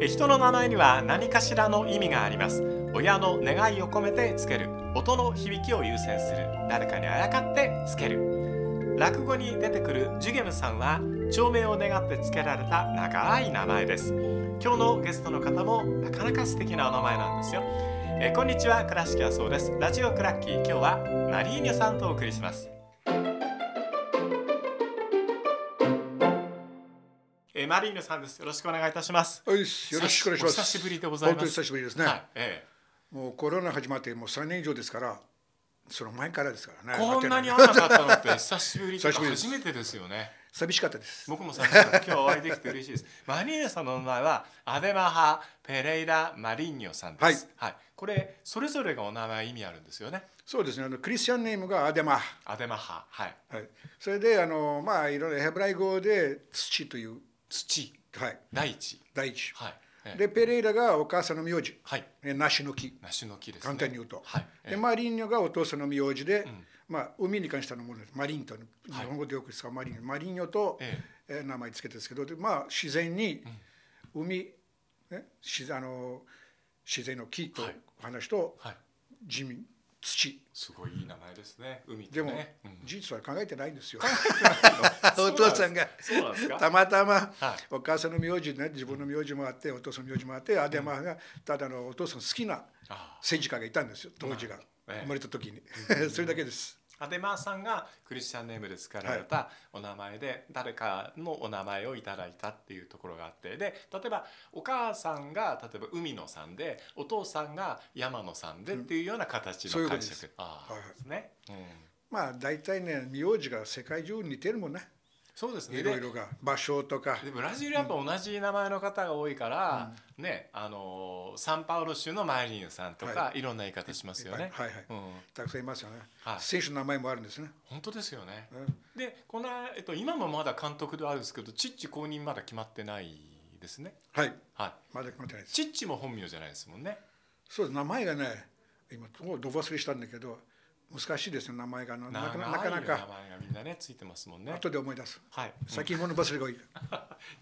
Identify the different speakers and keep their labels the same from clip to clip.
Speaker 1: え人の名前には何かしらの意味があります親の願いを込めてつける音の響きを優先する誰かにあやかってつける落語に出てくるジュゲムさんは長命を願ってつけられた長い名前です今日のゲストの方もなかなか素敵なお名前なんですよえこんにちは倉敷はそうですラジオクラッキー今日はマリーニョさんとお送りしますえマリーニョさんですよろしくお願いいたします
Speaker 2: はい、よろしくお願いします。
Speaker 1: お久しぶりでございます
Speaker 2: 本当に久しぶりですね。
Speaker 1: はい、え
Speaker 2: もうコロナ始まってもう3年以上ですから、その前からですから
Speaker 1: え
Speaker 2: ね。
Speaker 1: こんなに
Speaker 2: 会
Speaker 1: 会
Speaker 2: っ
Speaker 1: わ
Speaker 2: てい
Speaker 1: なかったのって久しぶりというか
Speaker 2: 久しぶりです
Speaker 1: 初めてですよね
Speaker 2: 寂しかったです。
Speaker 1: 僕もさ今日お会いできて嬉しいです マリーニョさんの名前はアデマハ・ペレイラ・マリーニョさんですはい、これそれぞれがお名前意味あるんですよね
Speaker 2: そうですね。あのクリスチャンネームがアデマ。は
Speaker 1: アデマハはい
Speaker 2: い。それであのまあいろいろヘブライ語で土という
Speaker 1: 土
Speaker 2: はい
Speaker 1: 大地
Speaker 2: 大地。
Speaker 1: はい、ええ
Speaker 2: でペレイラがお母さんの名字、
Speaker 1: はい
Speaker 2: え梨の木。
Speaker 1: 梨の木ですね
Speaker 2: 簡単に言うと。
Speaker 1: はい、ええ
Speaker 2: でマリンニョがお父さんの名字で、まあ海に関してのものです。マリンと日本語でよく使うマリンニョ。マリンニョと、
Speaker 1: え
Speaker 2: えー名前つけてるんですけど、でまあ自然に海、ねしあの自然の木と
Speaker 1: はい
Speaker 2: 話と
Speaker 1: はい
Speaker 2: 地味土。
Speaker 1: すごいいい名前ですね海
Speaker 2: で
Speaker 1: と
Speaker 2: も、
Speaker 1: ねうん
Speaker 2: 事実は考えてないんですよ。
Speaker 1: そうなん
Speaker 2: お
Speaker 1: です
Speaker 2: 父さんが
Speaker 1: そうなんですか
Speaker 2: たまたま
Speaker 1: はい
Speaker 2: お母さんの名字ね自分の名字もあってお父さんの名字もあってアデマがただのお父さんの好きな
Speaker 1: あ
Speaker 2: 政治家がいたんですよ当時が
Speaker 1: ええ
Speaker 2: 生まれた時に それだけです。
Speaker 1: アデマーさんがクリスチャンネームで使われたお名前で誰かのお名前をいただいたっていうところがあってで例えばお母さんが例えば海野さんでお父さんが山野さんでっていうような形
Speaker 2: そうい
Speaker 1: の
Speaker 2: うこと
Speaker 1: 解
Speaker 2: です
Speaker 1: 釈ああ
Speaker 2: はいはい
Speaker 1: ですねうん
Speaker 2: まあ大体ね名字が世界中似てるもんね
Speaker 1: そうですね
Speaker 2: い
Speaker 1: で
Speaker 2: ろいろが場所とか
Speaker 1: でブラジルやっぱ同じ名前の方が多いから、ねあのーサンパウロ州のマリーンさんとか、、
Speaker 2: はい
Speaker 1: ろんな言い方しますよね。
Speaker 2: はいはい、
Speaker 1: うん、
Speaker 2: たくさんいますよね、
Speaker 1: はい
Speaker 2: 選手の名前もあるんですね、
Speaker 1: 本当ですよね。
Speaker 2: うん
Speaker 1: でこの、えっと、今もまだ監督ではあるんですけどチッチ公認まだ決まってないですね。
Speaker 2: はい
Speaker 1: は
Speaker 2: まだ決まってないで
Speaker 1: い、
Speaker 2: す
Speaker 1: チッチも本名じゃないですもんね。
Speaker 2: そうです名前がね今どうど忘れしたんだけど難しいですよ名前がなな
Speaker 1: 長い
Speaker 2: かななかな
Speaker 1: 名
Speaker 2: か
Speaker 1: 前がみんなねついてますもんね。
Speaker 2: 後で思い出す
Speaker 1: はい、
Speaker 2: 先物忘れが多い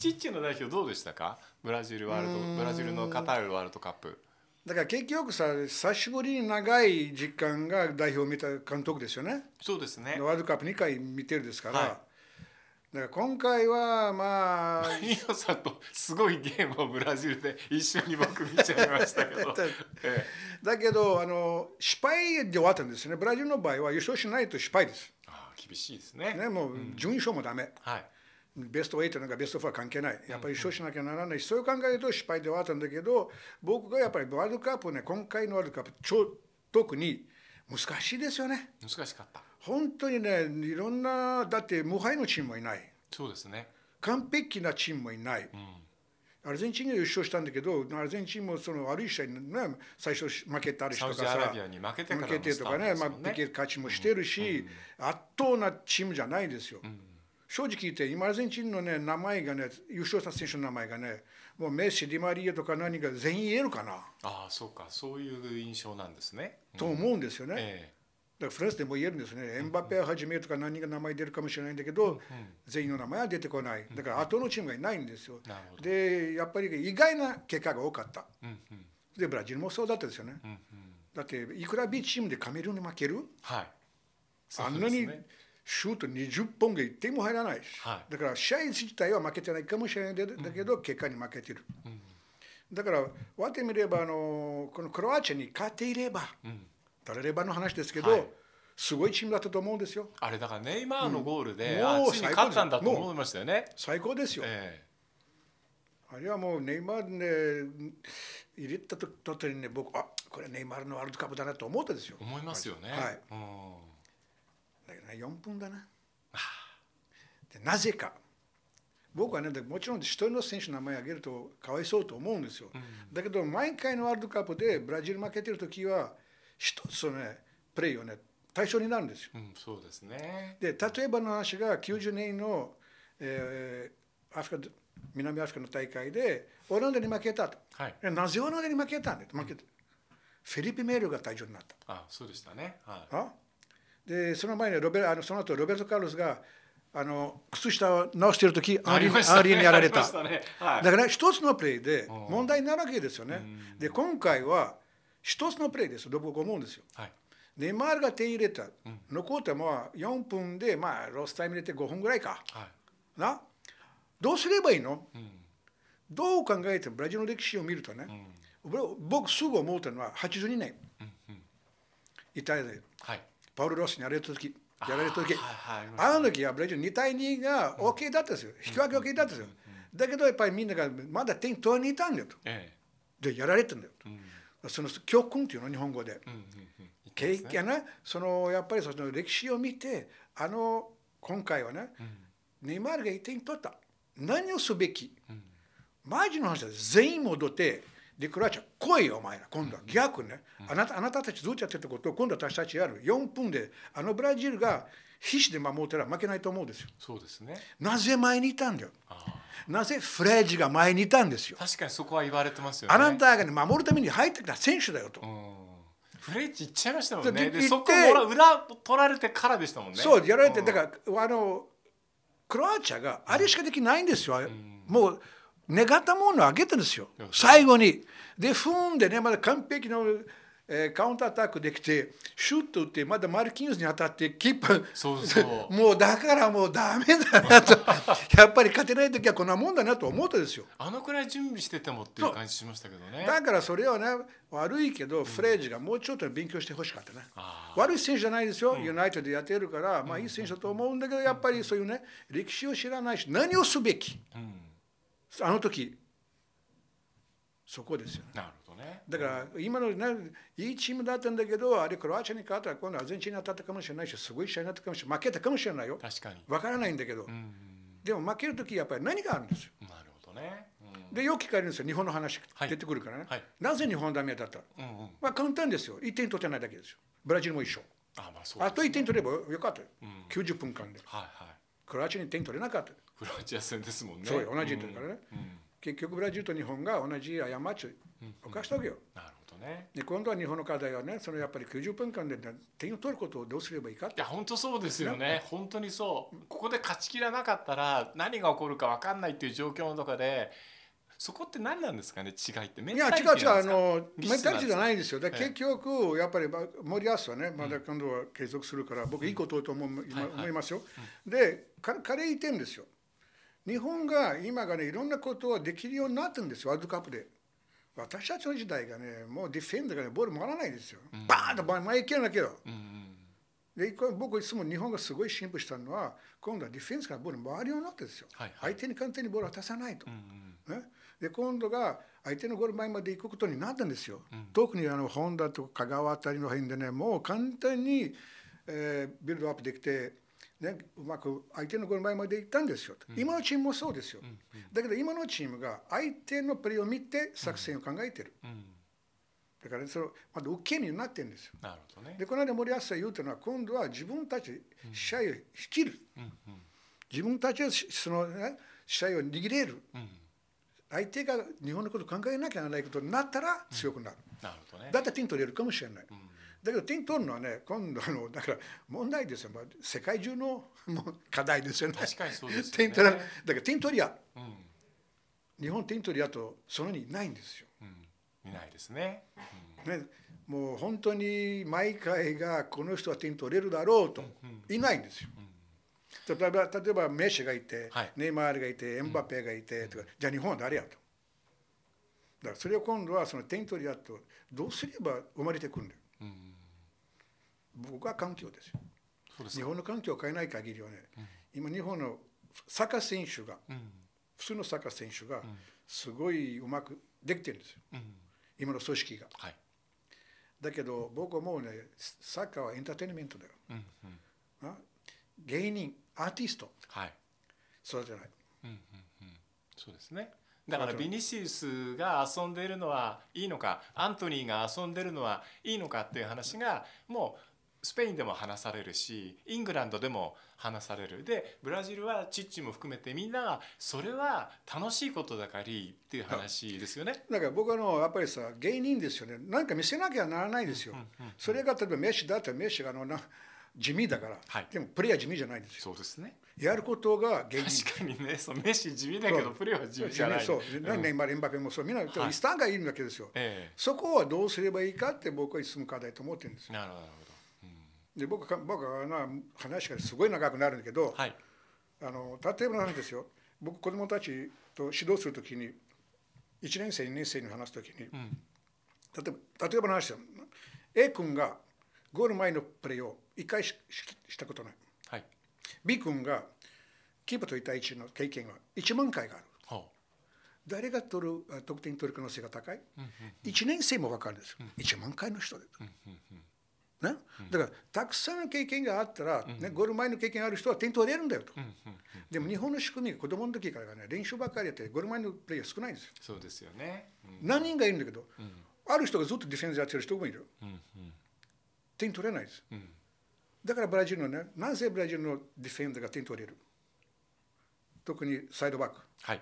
Speaker 1: チッチの代表どうでしたかブラジルワール
Speaker 2: う
Speaker 1: ド
Speaker 2: ーん
Speaker 1: ブラジルのカタールワールドカップ。
Speaker 2: だから結局さ久しぶりに長い時間が代表を見た監督ですよね
Speaker 1: そうですね。
Speaker 2: ワールドカップ2回見てるですから、
Speaker 1: はい
Speaker 2: だから今回はまあ、
Speaker 1: マリーノさんとすごいゲームをブラジルで一緒に僕見ちゃいましたけど ええ
Speaker 2: だけどあの失敗で終わったんですよねブラジルの場合は優勝しないと失敗です、
Speaker 1: ああ厳しいですね
Speaker 2: ね、もう準優勝もダメ、
Speaker 1: はい
Speaker 2: ベスト8なんかベスト4は関係ない、やっぱり勝しなきゃならないし、そういう考えると失敗ではあったんだけど、僕がやっぱりワールドカップね、今回のワールドカップ、超特に難しいですよね、
Speaker 1: 難しかった
Speaker 2: 本当にね、いろんな、だって無敗のチームもいない、
Speaker 1: そうですね
Speaker 2: 完璧なチームもいない、アルゼンチンが優勝したんだけど、アルゼンチンもその悪い試合に、ね、最初負けたり
Speaker 1: サ
Speaker 2: と
Speaker 1: ウ
Speaker 2: か
Speaker 1: ジ
Speaker 2: さ
Speaker 1: アラビアに負けてからの
Speaker 2: 負けて
Speaker 1: ス
Speaker 2: と
Speaker 1: タ
Speaker 2: か
Speaker 1: ート
Speaker 2: ね、
Speaker 1: です
Speaker 2: まあ、
Speaker 1: もんね
Speaker 2: PK 勝ちもしてるし、圧倒なチームじゃないですよ。正直言って、今、アルゼンチンの、ね、名前がね、優勝した選手の名前がね、もうメッシ、ディマリアとか何か全員言えるかな、
Speaker 1: ああそうかそういう印象なんですね。
Speaker 2: と思うんですよね。
Speaker 1: え
Speaker 2: だからフランスでも言えるんですね、エンバペをはじめとか何人が名前出るかもしれないんだけど、全員の名前は出てこない、だから後のチームがいないんですよ
Speaker 1: え。なるほど。
Speaker 2: で、やっぱり意外な結果が多かった。
Speaker 1: うんうん
Speaker 2: で、ブラジルもそうだったですよね。
Speaker 1: うんうん
Speaker 2: だって、いくら B チームでカメルーンに負ける
Speaker 1: はい。
Speaker 2: あん
Speaker 1: そ
Speaker 2: な
Speaker 1: うです
Speaker 2: に
Speaker 1: ね
Speaker 2: シュート20本が1点も入らないし、
Speaker 1: はい
Speaker 2: だから試合自体は負けてないかもしれないでだけど、結果に負けてる、だから割ってみればあのこのクロアチアに勝っていれば、誰ればの話ですけど、
Speaker 1: はい
Speaker 2: すごいチームだったと思うんですよ
Speaker 1: あれだからネイマールのゴールで、
Speaker 2: うん
Speaker 1: あ
Speaker 2: もう
Speaker 1: ついに
Speaker 2: 最高です
Speaker 1: 勝ったんだと思いましたよね。
Speaker 2: 最高ですよ、
Speaker 1: え
Speaker 2: あれはもうネイマールね入れたととにね僕あこれネイマールのワールドカップだなと思ったですよ
Speaker 1: え思いますよね。
Speaker 2: はい
Speaker 1: うん
Speaker 2: だけどね4分だな。でなぜか僕はねでもちろん一人の選手の名前挙げるとかわいそうと思うんですよ、だけど毎回のワールドカップでブラジル負けてる時は一つのねプレーをね対象になるんですよ
Speaker 1: うん、そうですね。
Speaker 2: で例えばの話が90年の、えーアフリカ南アフリカの大会でオランダに負けたと
Speaker 1: はい。
Speaker 2: えなぜオランダに負けたんだと負けた、フェリペ・メールが退場になった
Speaker 1: あ、そうでしたね。はい。
Speaker 2: あでその前にロベあのその後ロベルト・カルロスがあの靴下を直してる時ア
Speaker 1: あ
Speaker 2: ーリ
Speaker 1: り
Speaker 2: ー
Speaker 1: まし
Speaker 2: ア
Speaker 1: た
Speaker 2: ーリー
Speaker 1: ね。
Speaker 2: にやられ
Speaker 1: あ
Speaker 2: た
Speaker 1: りましたね。はい。
Speaker 2: だから一つのプレーで
Speaker 1: うん
Speaker 2: 問題になるわけですよね
Speaker 1: うん。
Speaker 2: で今回は一つのプレーです僕は思うんですよ。
Speaker 1: はい。
Speaker 2: ネイマールが点入れた
Speaker 1: ん
Speaker 2: 残ったのは4分でまあロスタイム入れて5分ぐらいか
Speaker 1: はい。
Speaker 2: などうすればいいの
Speaker 1: うん。
Speaker 2: どう考えてもブラジルの歴史を見るとね
Speaker 1: うん。
Speaker 2: 僕僕すぐ思ったのは82年
Speaker 1: うん。うん。
Speaker 2: イタリアで
Speaker 1: はい。
Speaker 2: パウロ・ロスにやられた時やられた時
Speaker 1: あーはいはい。りました
Speaker 2: あの時はブラジル2対2が OK だったんですよ引き分け OK だったんですよだけどやっぱりみんながまだ点取りにいたんだよと
Speaker 1: え
Speaker 2: でやられたんだよ
Speaker 1: え。うん。
Speaker 2: とその教訓っていうの日本語で
Speaker 1: うん。うん。うん。
Speaker 2: 経験ねそのやっぱりその歴史を見てあの今回はね
Speaker 1: うん。
Speaker 2: ネイマールが1点取った何をすべき
Speaker 1: うん。
Speaker 2: マジの話だ全員戻ってでクロアチア来いよお前ら今度は逆ね、あなたあなたたちずっとやってたことを今度私たちやる4分であのブラジルが必死で守ったら負けないと思うんですよ
Speaker 1: そうですね。
Speaker 2: なぜ前にいたんだよ
Speaker 1: あ
Speaker 2: なぜフレージが前にいたんですよ
Speaker 1: ー確かにそこは言われてますよね。
Speaker 2: あなたが、ね、守るために入ってきた選手だよと、
Speaker 1: うん。フレッチ行っちゃいましたもんね。
Speaker 2: で
Speaker 1: で、
Speaker 2: 行
Speaker 1: そ
Speaker 2: っ
Speaker 1: こ
Speaker 2: て
Speaker 1: もら裏取られてからでしたもんね。
Speaker 2: そうやられて、
Speaker 1: ん
Speaker 2: だからあのクロアチアがあれしかできないんですよ、もう願ったものをあげたんですよ、
Speaker 1: うん
Speaker 2: 最後に。で踏んでねまだ完璧の、えーカウンターアタックできてシュッと打ってまだマルキニュースに当たってキーパー
Speaker 1: そうそう。
Speaker 2: もうだからもうダメだなとやっぱり勝てない時はこんなもんだなと思ったんですよ。
Speaker 1: あのくらい準備しててもっていう感じしましたけどね。
Speaker 2: だからそれはね悪いけどフレージがもうちょっと勉強してほしかったね。
Speaker 1: あ
Speaker 2: 悪い選手じゃないですよ、ユナイテッドでやってるから、まあ、いい選手だと思うんだけど、やっぱりそういうね、歴史を知らないし、何をすべき、
Speaker 1: あ。うん。
Speaker 2: あの時そこですよね。
Speaker 1: なるほどね。
Speaker 2: だから、今の、ね、いいチームだったんだけど、あれ、クロアチアに勝ったら、今度、アルゼンチンに当たったかもしれないし、すごい試合になったかもしれない、負けたかもしれないよ、
Speaker 1: 確かに。
Speaker 2: わからないんだけど
Speaker 1: う、ん。
Speaker 2: でも負ける時やっぱり何があるんですよ。
Speaker 1: なるほどね。うん。
Speaker 2: で、よく聞かれるんですよ、日本の話
Speaker 1: はい
Speaker 2: 出てくるからね。
Speaker 1: はい
Speaker 2: なぜ日本ダメだった
Speaker 1: うんうん。
Speaker 2: まあ、簡単ですよ、1点取ってないだけですよ、ブラジルも一緒。
Speaker 1: あ、まあそうですね。
Speaker 2: あと1点取ればよかったよ、
Speaker 1: うん
Speaker 2: 90分間で。
Speaker 1: はいはい。
Speaker 2: クロアチアに点取れなかった。
Speaker 1: クロアチア戦ですもんね。
Speaker 2: そうよ同じだからね
Speaker 1: うん。うん
Speaker 2: 結局ブラジルと日本が同じ過ちを犯したわけよ。
Speaker 1: なるほどね。
Speaker 2: で今度は日本の課題はねそのやっぱり90分間で点を取ることをどうすればいいかっ
Speaker 1: い
Speaker 2: て
Speaker 1: や本当そうですよね。本当にそう。ここで勝ちきらなかったら何が起こるかわかんないっていう状況の中で、そこって何なんですかね違いって。メ
Speaker 2: い
Speaker 1: ン
Speaker 2: や
Speaker 1: タリ
Speaker 2: 違
Speaker 1: ティなん
Speaker 2: う
Speaker 1: です
Speaker 2: 違う
Speaker 1: か
Speaker 2: あの
Speaker 1: 技
Speaker 2: メン
Speaker 1: 術
Speaker 2: タ
Speaker 1: な
Speaker 2: リ
Speaker 1: ん
Speaker 2: テ
Speaker 1: です
Speaker 2: ィじゃ
Speaker 1: か
Speaker 2: ないですよだから
Speaker 1: ええ
Speaker 2: 結局やっぱりま森保はねまだ今度は継続するから僕いいことと思う今
Speaker 1: はいはい
Speaker 2: 思いますよ。でか彼言ってんですよ。日本が今がねいろんなことをできるようになったんですよワールドカップで。私たちの時代がねもうディフェンダーがねボール回らないですよ。バーンと前行けるんだけど。
Speaker 1: うん
Speaker 2: でこれ僕いつも日本がすごい進歩したのは今度はディフェンスからボール回るようになったんですよ、
Speaker 1: はいはい
Speaker 2: 相手に簡単にボールを渡さないと、
Speaker 1: うんうん
Speaker 2: ね、で今度が相手のゴール前まで行くことになったんですよ、
Speaker 1: うん
Speaker 2: 特にあの本田と香川あたりの辺でねもう簡単に、えービルドアップできて、ね、うまく相手のゴール前まで行ったんですよ、今のチームもそうですよ、だけど今のチームが相手のプレーを見て作戦を考えてる、
Speaker 1: うんうん。
Speaker 2: だからそのまだ受け身になってるんですよ
Speaker 1: なるほどね。
Speaker 2: でこの間森保さん言うというのは今度は自分たち試合を引きる、
Speaker 1: うんうん
Speaker 2: 自分たちはしその、ね、試合を握れる
Speaker 1: うん。
Speaker 2: 相手が日本のことを考えなきゃならないことになったら強くなる、
Speaker 1: なるほどね。
Speaker 2: だったら点取れるかもしれない、
Speaker 1: ん
Speaker 2: だけど点取るのはね今度あの だから問題ですよ、まあ、世界中のもう課題ですよね
Speaker 1: 確かにそうですよね
Speaker 2: 点取らないだから点取り屋
Speaker 1: うん
Speaker 2: 日本点取り屋とそのにいないんですよ
Speaker 1: うん。見ないですね。
Speaker 2: ね、もう本当に毎回がこの人は点取れるだろうといないんですよ。例えば例えばメッシがいて、
Speaker 1: はい
Speaker 2: ネイマールがいてエンバペがいてとか、じゃあ日本は誰やと。だからそれを今度はその点取りやとどうすれば生まれてくるんだよ。
Speaker 1: うんうん。
Speaker 2: 僕は環境ですよ。
Speaker 1: そうです
Speaker 2: 日
Speaker 1: か。
Speaker 2: 本の環境を変えない限りはね、今日本のサッカー選手が
Speaker 1: うん
Speaker 2: 普通のサッカー選手がすごいうまくできてるんですよ
Speaker 1: うん。
Speaker 2: 今の組織が。
Speaker 1: はい。
Speaker 2: だけど僕はもうねサッカーはエンターテインメントだよ。
Speaker 1: うんうん。
Speaker 2: あ芸人アーティスト
Speaker 1: はい。
Speaker 2: そうじゃない
Speaker 1: うんうんうん、そうですねだからビニシウスが遊んでいるのはいいのかアントニーが遊んでいるのはいいのかっていう話がもうスペインでも話されるしイングランドでも話されるでブラジルはチッチも含めてみんながそれは楽しいことだからいいっていう話ですよ ね。
Speaker 2: だから僕はあのやっぱりさ芸人ですよねなんか見せなきゃならないですよ、それが例えばメッシだったらメッシがあのな地味だから、
Speaker 1: はい
Speaker 2: でもプレーは地味じゃないんですよ
Speaker 1: そうですね
Speaker 2: やることが現実
Speaker 1: 確かにねそうメッシ地味だけど
Speaker 2: そう
Speaker 1: プレーは地味じゃない
Speaker 2: そう
Speaker 1: う、ん
Speaker 2: ネイマールエンバペもそうみんな、
Speaker 1: はい
Speaker 2: スタンがいるわけですよ
Speaker 1: え
Speaker 2: そこはどうすればいいかって僕はいつも課題と思ってるんです
Speaker 1: え
Speaker 2: よ
Speaker 1: なるほどなるほど
Speaker 2: で僕か僕はな話がすごい長くなるんだけど、
Speaker 1: はい
Speaker 2: あの例えばの話ですよ僕子供たちと指導するときに1年生2年生に話すときに例
Speaker 1: うん
Speaker 2: えば例えばの話ですよ A 君がゴール前のプレーを1回しししたことない
Speaker 1: はい
Speaker 2: B 君がキーパーと1対1の経験は1万回がある
Speaker 1: ほ
Speaker 2: 誰が取るあ得点取る可能性が高い、一1年生も分かるんですよ、1万回の人で、ね、だからたくさんの経験があったら、ねゴール前の経験ある人は点取れるんだよと、
Speaker 1: う、うんうん、
Speaker 2: でも日本の仕組み子供の時からね練習ばっかりやってゴール前のプレーヤー少ないんですよ
Speaker 1: そうですよね、うん
Speaker 2: 何人がいるんだけど、ある人がずっとディフェンスやってる人もいるよ
Speaker 1: うん
Speaker 2: 点取れないです
Speaker 1: うんうん、
Speaker 2: だからブラジルのねなぜブラジルのディフェンダーが点取れる特にサイドバック
Speaker 1: はい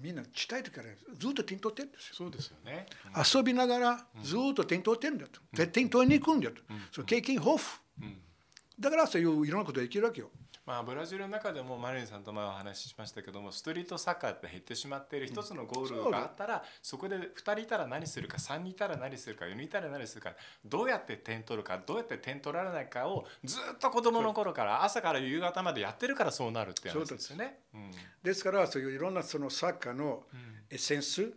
Speaker 2: みんなちっちゃい時からねずっと点取ってるんですよ
Speaker 1: そうですよね、うん
Speaker 2: 遊びながらずっと点取ってるんだと、で点取りに行くんだと、その経験豊富、だからそういういろんなことができるわけよ
Speaker 1: まあ、ブラジルの中でもマリンさんと前お話ししましたけどもストリートサッカーって減ってしまっている一つのゴールがあったら、そこで2人いたら何するか3人いたら何するか4人いたら何するかどうやって点取るかどうやって点取られないかをずっと子供の頃から朝から夕方までやってるからそうなるって話ですよね。うん
Speaker 2: ですからそういういろんなそのサッカーのエッセンス、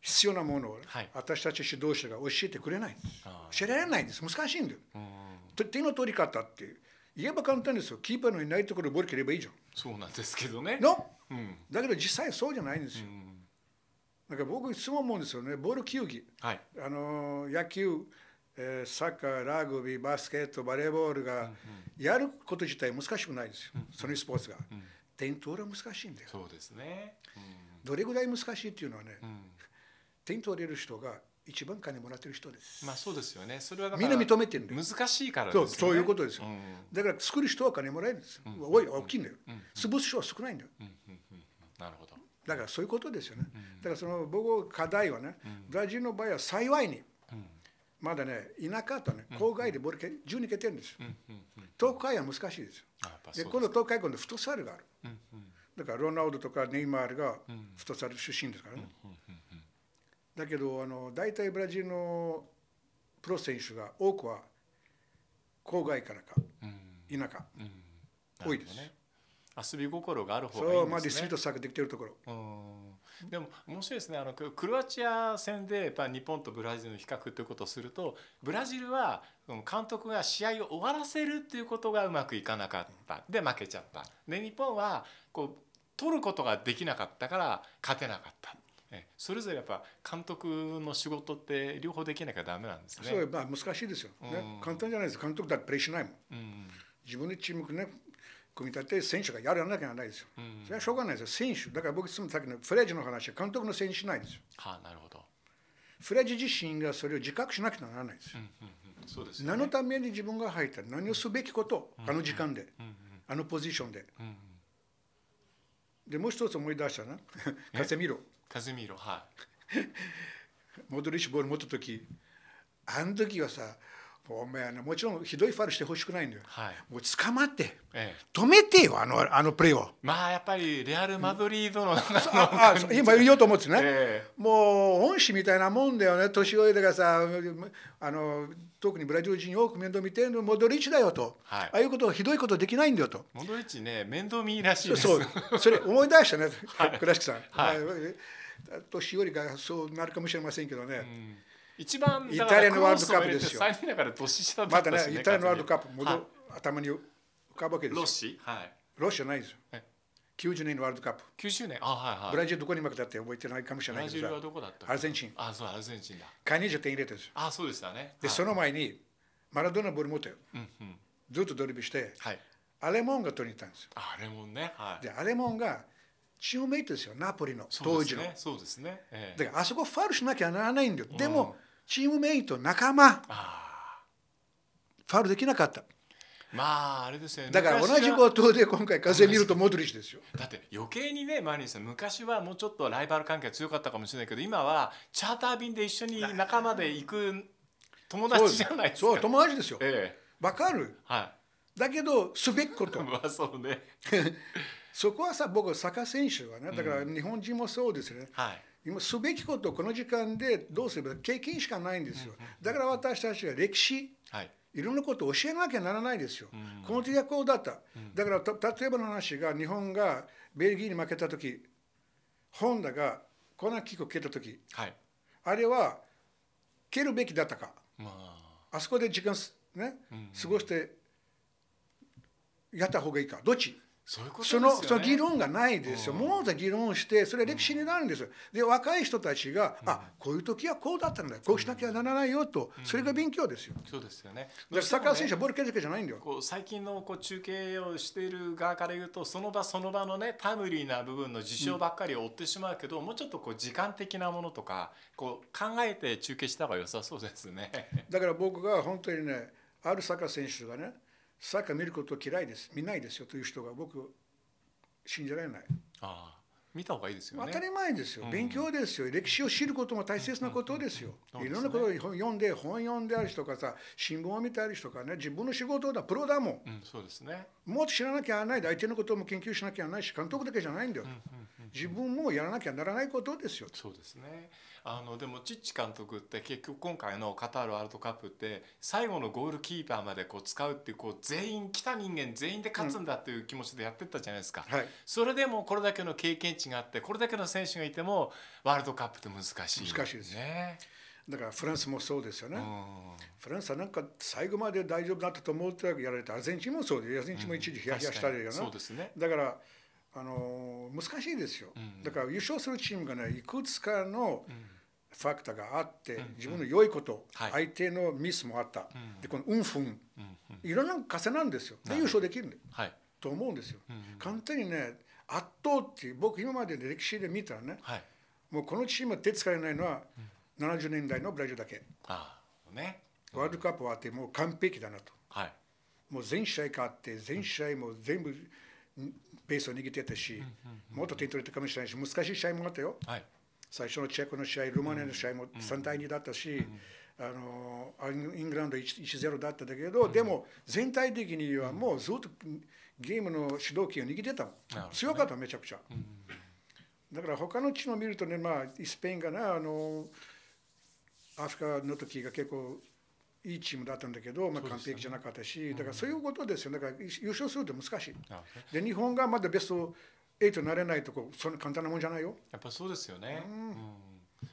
Speaker 2: 必要なものを、
Speaker 1: はい
Speaker 2: 私たち指導者が教えてくれないんです
Speaker 1: あー
Speaker 2: 知られないんです難しいんだよ
Speaker 1: うん
Speaker 2: と手の取り方って言えば簡単ですよキーパーのいないところボール蹴ればいいじゃん
Speaker 1: そうなんですけどね。
Speaker 2: の
Speaker 1: うん
Speaker 2: だけど実際そうじゃないんですよ、
Speaker 1: うん
Speaker 2: だから僕いつも思うんですよねボール球技
Speaker 1: はい
Speaker 2: あのー野球、えーサッカーラグビーバスケットバレーボールがやること自体難しくないですよ、そのスポーツが、点取るは難しいんだよ
Speaker 1: そうですね。
Speaker 2: どれぐらい難しいっていうのはね、
Speaker 1: うんうん
Speaker 2: 点取れる人が一番金もらってる人です、
Speaker 1: まあそうですよね。それはだか
Speaker 2: みん
Speaker 1: ら
Speaker 2: な認めてるんだよ
Speaker 1: 難しいからです
Speaker 2: そ
Speaker 1: よね。
Speaker 2: うそういうことですよ、
Speaker 1: うん
Speaker 2: だから作る人は金もらえるんですよ、多い大きいんだよ、潰す人は少ないんだよ
Speaker 1: うんうんうんなるほど。
Speaker 2: だからそういうことですよね、だからその僕は課題はね、ブラジルの場合は幸いに、
Speaker 1: ん
Speaker 2: まだね田舎とね郊外でボールけ12蹴ってるんですよ、
Speaker 1: うんうんうん
Speaker 2: 東海は難しいですよ
Speaker 1: あやっぱ
Speaker 2: で
Speaker 1: そう
Speaker 2: 今度東海今度フットサルがある
Speaker 1: うんうん
Speaker 2: だからロナウドとかネイマールがフットサル出身ですからね、だけどあの大体ブラジルのプロ選手が多くは郊外からか
Speaker 1: うん
Speaker 2: 田舎
Speaker 1: うん
Speaker 2: 多いです
Speaker 1: なるほどね遊び心がある方がい
Speaker 2: そう
Speaker 1: い
Speaker 2: ま
Speaker 1: ん
Speaker 2: で
Speaker 1: で
Speaker 2: ス
Speaker 1: す
Speaker 2: リ
Speaker 1: ね
Speaker 2: ート。サッカーできてるところ
Speaker 1: うんでも面白いですねあのククロアチア戦でやっぱ日本とブラジルの比較ということをするとブラジルはその監督が試合を終わらせるっていうことがうまくいかなかったで負けちゃったで日本はこう取ることができなかったから勝てなかったえそれぞれやっぱ監督の仕事って両方できなきゃダメなんですね。
Speaker 2: そうまあ難しいですよ、ね
Speaker 1: うん
Speaker 2: 簡単じゃないです監督だってプレーしないもん
Speaker 1: うん
Speaker 2: 自分でチームね組み立てて選手がやらなきゃならないですよ、
Speaker 1: うん
Speaker 2: それはしょうがないですよ選手だから僕いつもさっきのフレージの話は監督のせいにしないんですよ
Speaker 1: はあなるほど、
Speaker 2: フレージ自身がそれを自覚しなきゃならないですよ
Speaker 1: うんうんうん、そうですよ
Speaker 2: 何
Speaker 1: ね
Speaker 2: のために自分が入った何をすべきこと、あの時間で、あのポジションで、
Speaker 1: んうん
Speaker 2: でもう一つ思い出したなカセミロ
Speaker 1: カズミーロはい
Speaker 2: モドリッシュボール持った時あの時はさお前あのもちろんひどいファウルしてほしくないんだよ
Speaker 1: はい
Speaker 2: もう捕まって
Speaker 1: ええ
Speaker 2: 止めてよあのあのプ レーを
Speaker 1: まあやっぱりレアル・マドリードの中の
Speaker 2: あ あそう今言おうと思ってね、
Speaker 1: え
Speaker 2: もう恩師みたいなもんだよね年老いだからさあの特にブラジル人よく面倒見てるのモドリッチだよと、
Speaker 1: はい
Speaker 2: ああいうことひどいことできないんだよと。
Speaker 1: モドリッチね面倒見いいらしいです
Speaker 2: そうそれ思い出したね、倉敷さん、
Speaker 1: はい
Speaker 2: あ年寄りがそうなるかもしれませんけどね、
Speaker 1: うん 一番
Speaker 2: イタリアのワールドカップですよ
Speaker 1: 3人だから年下だ
Speaker 2: ま
Speaker 1: ったたし、
Speaker 2: ね、イタリアのワールドカップ、
Speaker 1: 完全に
Speaker 2: 戻
Speaker 1: はい
Speaker 2: る頭に浮かぶわけですよ
Speaker 1: ロッ、シはい
Speaker 2: ロシアないですよ
Speaker 1: え、
Speaker 2: 90年のワールドカップ、
Speaker 1: 90年あはいはい
Speaker 2: ブラジルどこに負けたって覚えてないかもしれ
Speaker 1: ブ
Speaker 2: ない
Speaker 1: ラ
Speaker 2: け
Speaker 1: ジ
Speaker 2: ど
Speaker 1: ル
Speaker 2: さ
Speaker 1: は、どこだったっけ
Speaker 2: アルゼンチン
Speaker 1: あそうアルゼンチンだ
Speaker 2: カニージャ点入れたんですよ、
Speaker 1: あそうでしたね
Speaker 2: で
Speaker 1: はい
Speaker 2: その前にマラドーナボール持って、
Speaker 1: うんうん
Speaker 2: ずっとドリブルして、
Speaker 1: はい
Speaker 2: アレモンが取りに行ったんですよ。
Speaker 1: あれもねはい
Speaker 2: でアレモンがチームメイトですよナポリの
Speaker 1: そう
Speaker 2: 当
Speaker 1: です
Speaker 2: 時の、
Speaker 1: ねそうですねええ
Speaker 2: だからあそこファウルしなきゃならないんだよ、で
Speaker 1: うん
Speaker 2: もチームメイト仲間
Speaker 1: あ
Speaker 2: ファウルできなかった
Speaker 1: ーまああれですよね
Speaker 2: だから同じ
Speaker 1: 昔は
Speaker 2: ことで今回風見るとモドリッチですよ
Speaker 1: だって余計にねマリンさん昔はもうちょっとライバル関係が強かったかもしれないけど今はチャーター便で一緒に仲間で行く友達じゃないですか
Speaker 2: そう友達ですよ
Speaker 1: ええ
Speaker 2: わかる
Speaker 1: は
Speaker 2: だけどすべきこ
Speaker 1: い。
Speaker 2: と
Speaker 1: まあそうね。
Speaker 2: そこはさ僕はサッカー選手はねだから日本人もそうですね、
Speaker 1: はい。
Speaker 2: 今すべきことをこの時間でどうすれば経験しかないんですよだから私たちは歴史
Speaker 1: はい。
Speaker 2: いろんなことを教えなきゃならないですよ、
Speaker 1: ん
Speaker 2: この時はこうだった、だからた例えばの話が日本がベルギーに負けた時ホンダがコーナーキックを蹴った時
Speaker 1: はい。
Speaker 2: あれは蹴るべきだったか
Speaker 1: まあ。
Speaker 2: あそこで時間す、ね
Speaker 1: うん、
Speaker 2: 過ごしてやった方がいいかどっち
Speaker 1: そういうことです
Speaker 2: そ
Speaker 1: よね。
Speaker 2: のその議論がないですよ、
Speaker 1: うん
Speaker 2: もう議論をして、それは歴史になるんですよ、で若い人たちが、あこういう時はこうだったんだよ、こうしなきゃならないよと、それが勉強ですよ、だか
Speaker 1: そうですよね。
Speaker 2: らサッカー選手
Speaker 1: どうしてもね
Speaker 2: はボール蹴るだけじゃないんだよ、
Speaker 1: こう最近のこう中継をしている側から言うとその場その場のねタイムリーな部分の事象ばっかりを追ってしまうけど、もうちょっとこう時間的なものとかこう考えて中継した方が良さそうですね。
Speaker 2: だから僕が本当にね、あるサッカー選手がね、サッカー見ること嫌いです、見ないですよという人が僕、信じられない、
Speaker 1: ああ見た方がいいですよ
Speaker 2: 当
Speaker 1: ね。
Speaker 2: たり前ですよ
Speaker 1: う、ん
Speaker 2: 勉強ですよ、歴史を知ることも大切なことですよ、
Speaker 1: うんうん
Speaker 2: いろんなことを読んで、本読んである人とかさ、新聞を見たりとかね、自分の仕事だ、プロだもん。
Speaker 1: うんそうですね。
Speaker 2: もっと知らなきゃならないで相手のことも研究しなきゃならないし監督だけじゃないんだよ、
Speaker 1: うんうんうん
Speaker 2: 自分もやらなきゃならないことですよ
Speaker 1: そうですねあのでもチッチ監督って結局今回のカタールワールドカップって最後のゴールキーパーまでこう使うっていうこう全員来た人間全員で勝つんだっていう気持ちでやってったじゃないですか、
Speaker 2: はい
Speaker 1: それでもこれだけの経験値があってこれだけの選手がいてもワールドカップって難しい
Speaker 2: 難しいです
Speaker 1: ね。
Speaker 2: だからフランスもそうですよね、
Speaker 1: うん
Speaker 2: フランスはなんか最後まで大丈夫だったと思ってやられたアルゼンチンもそうでアルゼンチンも一時ヒヤヒヤしたりよ
Speaker 1: 確
Speaker 2: な、
Speaker 1: かにそうですね。
Speaker 2: だからあのー難しいですよ、
Speaker 1: うん
Speaker 2: だから優勝するチームがねいくつかの
Speaker 1: うん
Speaker 2: ファクターがあって、
Speaker 1: うん
Speaker 2: 自分の良いこと、
Speaker 1: はい
Speaker 2: 相手のミスもあった、
Speaker 1: うん
Speaker 2: でこの運不
Speaker 1: う
Speaker 2: 運
Speaker 1: んうん
Speaker 2: いろんな重なんですよ
Speaker 1: な
Speaker 2: で
Speaker 1: る
Speaker 2: 優勝できる
Speaker 1: はい。
Speaker 2: と思うんですよ、
Speaker 1: うんうん
Speaker 2: 簡単にね圧倒っていう僕今までの歴史で見たらね
Speaker 1: はい。
Speaker 2: もうこのチームは手つかれないのは70年代のブラジルだけ
Speaker 1: ああね。
Speaker 2: ワールドカップ終わってもう完璧だなと
Speaker 1: はい。
Speaker 2: もう全試合勝って全試合もう全部んペースを握ってたしもっと点取れたかもしれないし難しい試合もあったよ
Speaker 1: はい。
Speaker 2: 最初のチェコの試合ルーマニアの試合も3対2だったしあのあイングランド1 1-0だったんだけどでも全体的にはもうずっとゲームの主導権を握ってたもん
Speaker 1: なるほどね
Speaker 2: 強かっためちゃくちゃ。だから他のチームを見るとね、まあ、スペインがなあのアフリカの時が結構いいチームだったんだけど、まあ、完璧じゃなかったし、だからそういうことですよだから優勝するって難しい
Speaker 1: なるほどね
Speaker 2: で日本がまだベスト8になれないとこそんな簡単なもんじゃないよ
Speaker 1: やっぱそうですよね。うん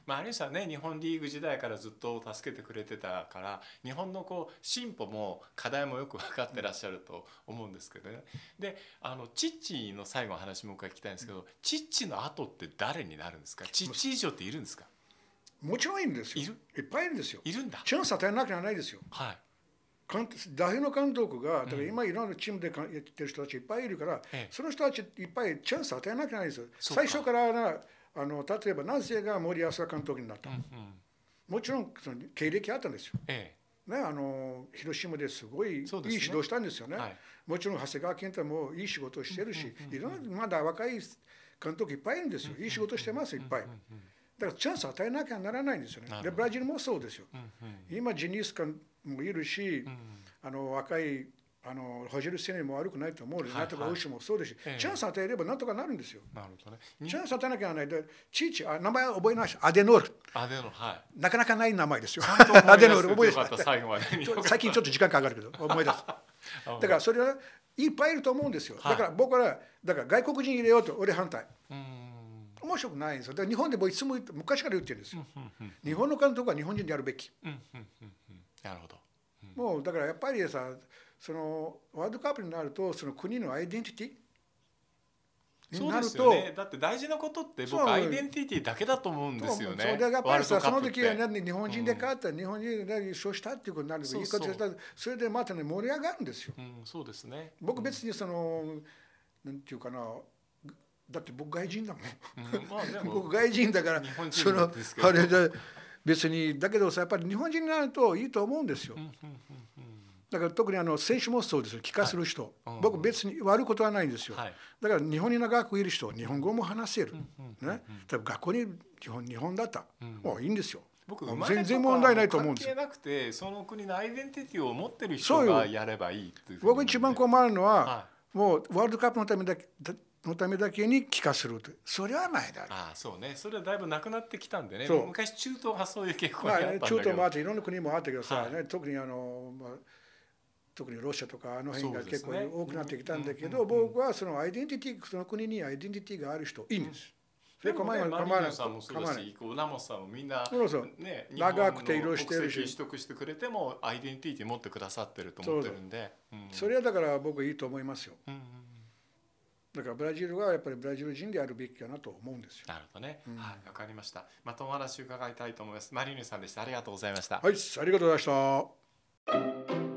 Speaker 1: まあ、有吉さんね日本リーグ時代からずっと助けてくれてたから日本のこう進歩も課題もよく分かってらっしゃると思うんですけどねであのチッチの最後の話もう一回聞きたいんですけど、チッチの後って誰になるんですかチッチ以上っているんですか
Speaker 2: もちろんいるんですよ
Speaker 1: い
Speaker 2: っぱいいるんですよ
Speaker 1: いるんだ
Speaker 2: チャンス与えなきゃならないですよ
Speaker 1: はい
Speaker 2: 監代表の監督がだから今いろんなチームでかやってる人たちいっぱいいるから、
Speaker 1: ええ
Speaker 2: その人たちいっぱいチャンス与えなきゃならないですよ
Speaker 1: そうか
Speaker 2: 最初からなあの例えば南西が森保監督になった、
Speaker 1: うんうん
Speaker 2: もちろんその経歴あったんですよ、
Speaker 1: え
Speaker 2: ね、あの広島ですごいいい
Speaker 1: そう
Speaker 2: 指
Speaker 1: ですね
Speaker 2: 導をしたんですよね
Speaker 1: はい
Speaker 2: もちろん長谷川健太もいい仕事をしてるし、いろんなまだ若い監督いっぱいいるんですよ、いい仕事してます、いっぱい。だからチャンス与えなきゃならないんですよね
Speaker 1: なるほど
Speaker 2: でブラジルもそうですよ、
Speaker 1: えうんうん
Speaker 2: 今ジェニース監もいるし、あの若いあのホジェルセネも悪くないと思うので、
Speaker 1: はい
Speaker 2: なんとかオウシもそうですし、
Speaker 1: ええ
Speaker 2: チャンス与えればなんとかなるんですよ、
Speaker 1: なるほどねに
Speaker 2: チャンス与えなきゃならないでチーチあ名前は覚えないしアデノール
Speaker 1: あでのはい
Speaker 2: なかなかない名前ですよ。
Speaker 1: ちゃんと思い出
Speaker 2: アデノール
Speaker 1: せて
Speaker 2: 覚え
Speaker 1: よ
Speaker 2: て
Speaker 1: か
Speaker 2: な
Speaker 1: っ
Speaker 2: い
Speaker 1: た最後ま でに
Speaker 2: ちょ最近ちょっと時間かかるけど思い 出すだからそれはいっぱいいると思うんですよ、
Speaker 1: はい
Speaker 2: だから僕らだから外国人入れようと俺反対
Speaker 1: うんうん
Speaker 2: 面白くないんですよだから日本でもいつも言って昔から言ってるんですよ
Speaker 1: うんうん
Speaker 2: 日本の監督は日本人でやるべき
Speaker 1: うんうんうんうんなるほど
Speaker 2: もうだからやっぱりさそのワールドカップになるとその国のアイデンティティに
Speaker 1: そう
Speaker 2: な
Speaker 1: で
Speaker 2: る
Speaker 1: す
Speaker 2: と
Speaker 1: よね。だって大事なことって
Speaker 2: そう
Speaker 1: 僕アイデンティティだけだと思うんですよね。
Speaker 2: そうそうでやっぱりさ
Speaker 1: ワー
Speaker 2: そ
Speaker 1: ルドカッ
Speaker 2: の
Speaker 1: プって
Speaker 2: 時は、ね、日本人で勝った、日本人で優勝したっていうことになると
Speaker 1: そう
Speaker 2: いいことしたそれでまたね盛り上がるんですよ
Speaker 1: うん、そうですね。
Speaker 2: 僕別にそのなんていうかなだって僕外人だもん
Speaker 1: うん、まあでも
Speaker 2: 僕外人だから
Speaker 1: 日本人
Speaker 2: そ
Speaker 1: な
Speaker 2: の
Speaker 1: んですけど
Speaker 2: あれで別にだけどさやっぱり日本人になるといいと思うんですよ
Speaker 1: うんうん
Speaker 2: だから特にあの選手もそうですよ帰化する人、
Speaker 1: うん
Speaker 2: 僕別に悪いことはないんです
Speaker 1: うん
Speaker 2: よ、
Speaker 1: はい。
Speaker 2: だから日本に長くいる人日本語も話せる、
Speaker 1: うん
Speaker 2: ね、例えば学校に日本日本だった、
Speaker 1: うん
Speaker 2: もういいんですよ
Speaker 1: 僕
Speaker 2: あ
Speaker 1: 生まれ
Speaker 2: 全然問題ないと思うん
Speaker 1: 関
Speaker 2: ですよ
Speaker 1: 係なくてその国のアイデンティティを持ってる
Speaker 2: そ
Speaker 1: 人
Speaker 2: うよ
Speaker 1: がやればいいっていうふうに
Speaker 2: 僕一番困るのは、
Speaker 1: は
Speaker 2: もうワールドカップのためだけだのためだけに帰化するとそれはないだろう
Speaker 1: ああそうねそれはだいぶなくなってきたんでね
Speaker 2: そう
Speaker 1: 昔中東はそういう傾向にあ
Speaker 2: まあ
Speaker 1: ったんだけ
Speaker 2: ね、
Speaker 1: ど、
Speaker 2: 中東もあっていろんな国もあったけどさ、
Speaker 1: はい
Speaker 2: ね、特にあの、まあ、特にロシアとかあの辺が
Speaker 1: そうで
Speaker 2: 結
Speaker 1: す
Speaker 2: 構
Speaker 1: ね
Speaker 2: 多くなってきたんだけ
Speaker 1: う
Speaker 2: ど、
Speaker 1: んうんうん
Speaker 2: 僕はそのアイデンティティその国にアイデンティティがある人いいんです。
Speaker 1: でもね、
Speaker 2: 構
Speaker 1: マリ
Speaker 2: わない構
Speaker 1: ー
Speaker 2: わな
Speaker 1: ノ
Speaker 2: い
Speaker 1: さんもそうだ
Speaker 2: 構わな
Speaker 1: し、こうラモスさんもみんな、
Speaker 2: そうそう
Speaker 1: ね、
Speaker 2: 長くて色々
Speaker 1: 日
Speaker 2: して
Speaker 1: 本の
Speaker 2: るし
Speaker 1: 国籍取得してくれても、アイデンティティ持ってくださってると思ってるんで、うん
Speaker 2: それはだから僕いいと思いますよ。
Speaker 1: うんうんうん
Speaker 2: だからブラジルはやっぱりブラジル人であるべきかなと思うんですよ。
Speaker 1: なるほどね
Speaker 2: う。ん
Speaker 1: はい、わかりました。またお話伺いたいと思います。マリーヌさんでした。ありがとうございました。
Speaker 2: はい、ありがとうございました。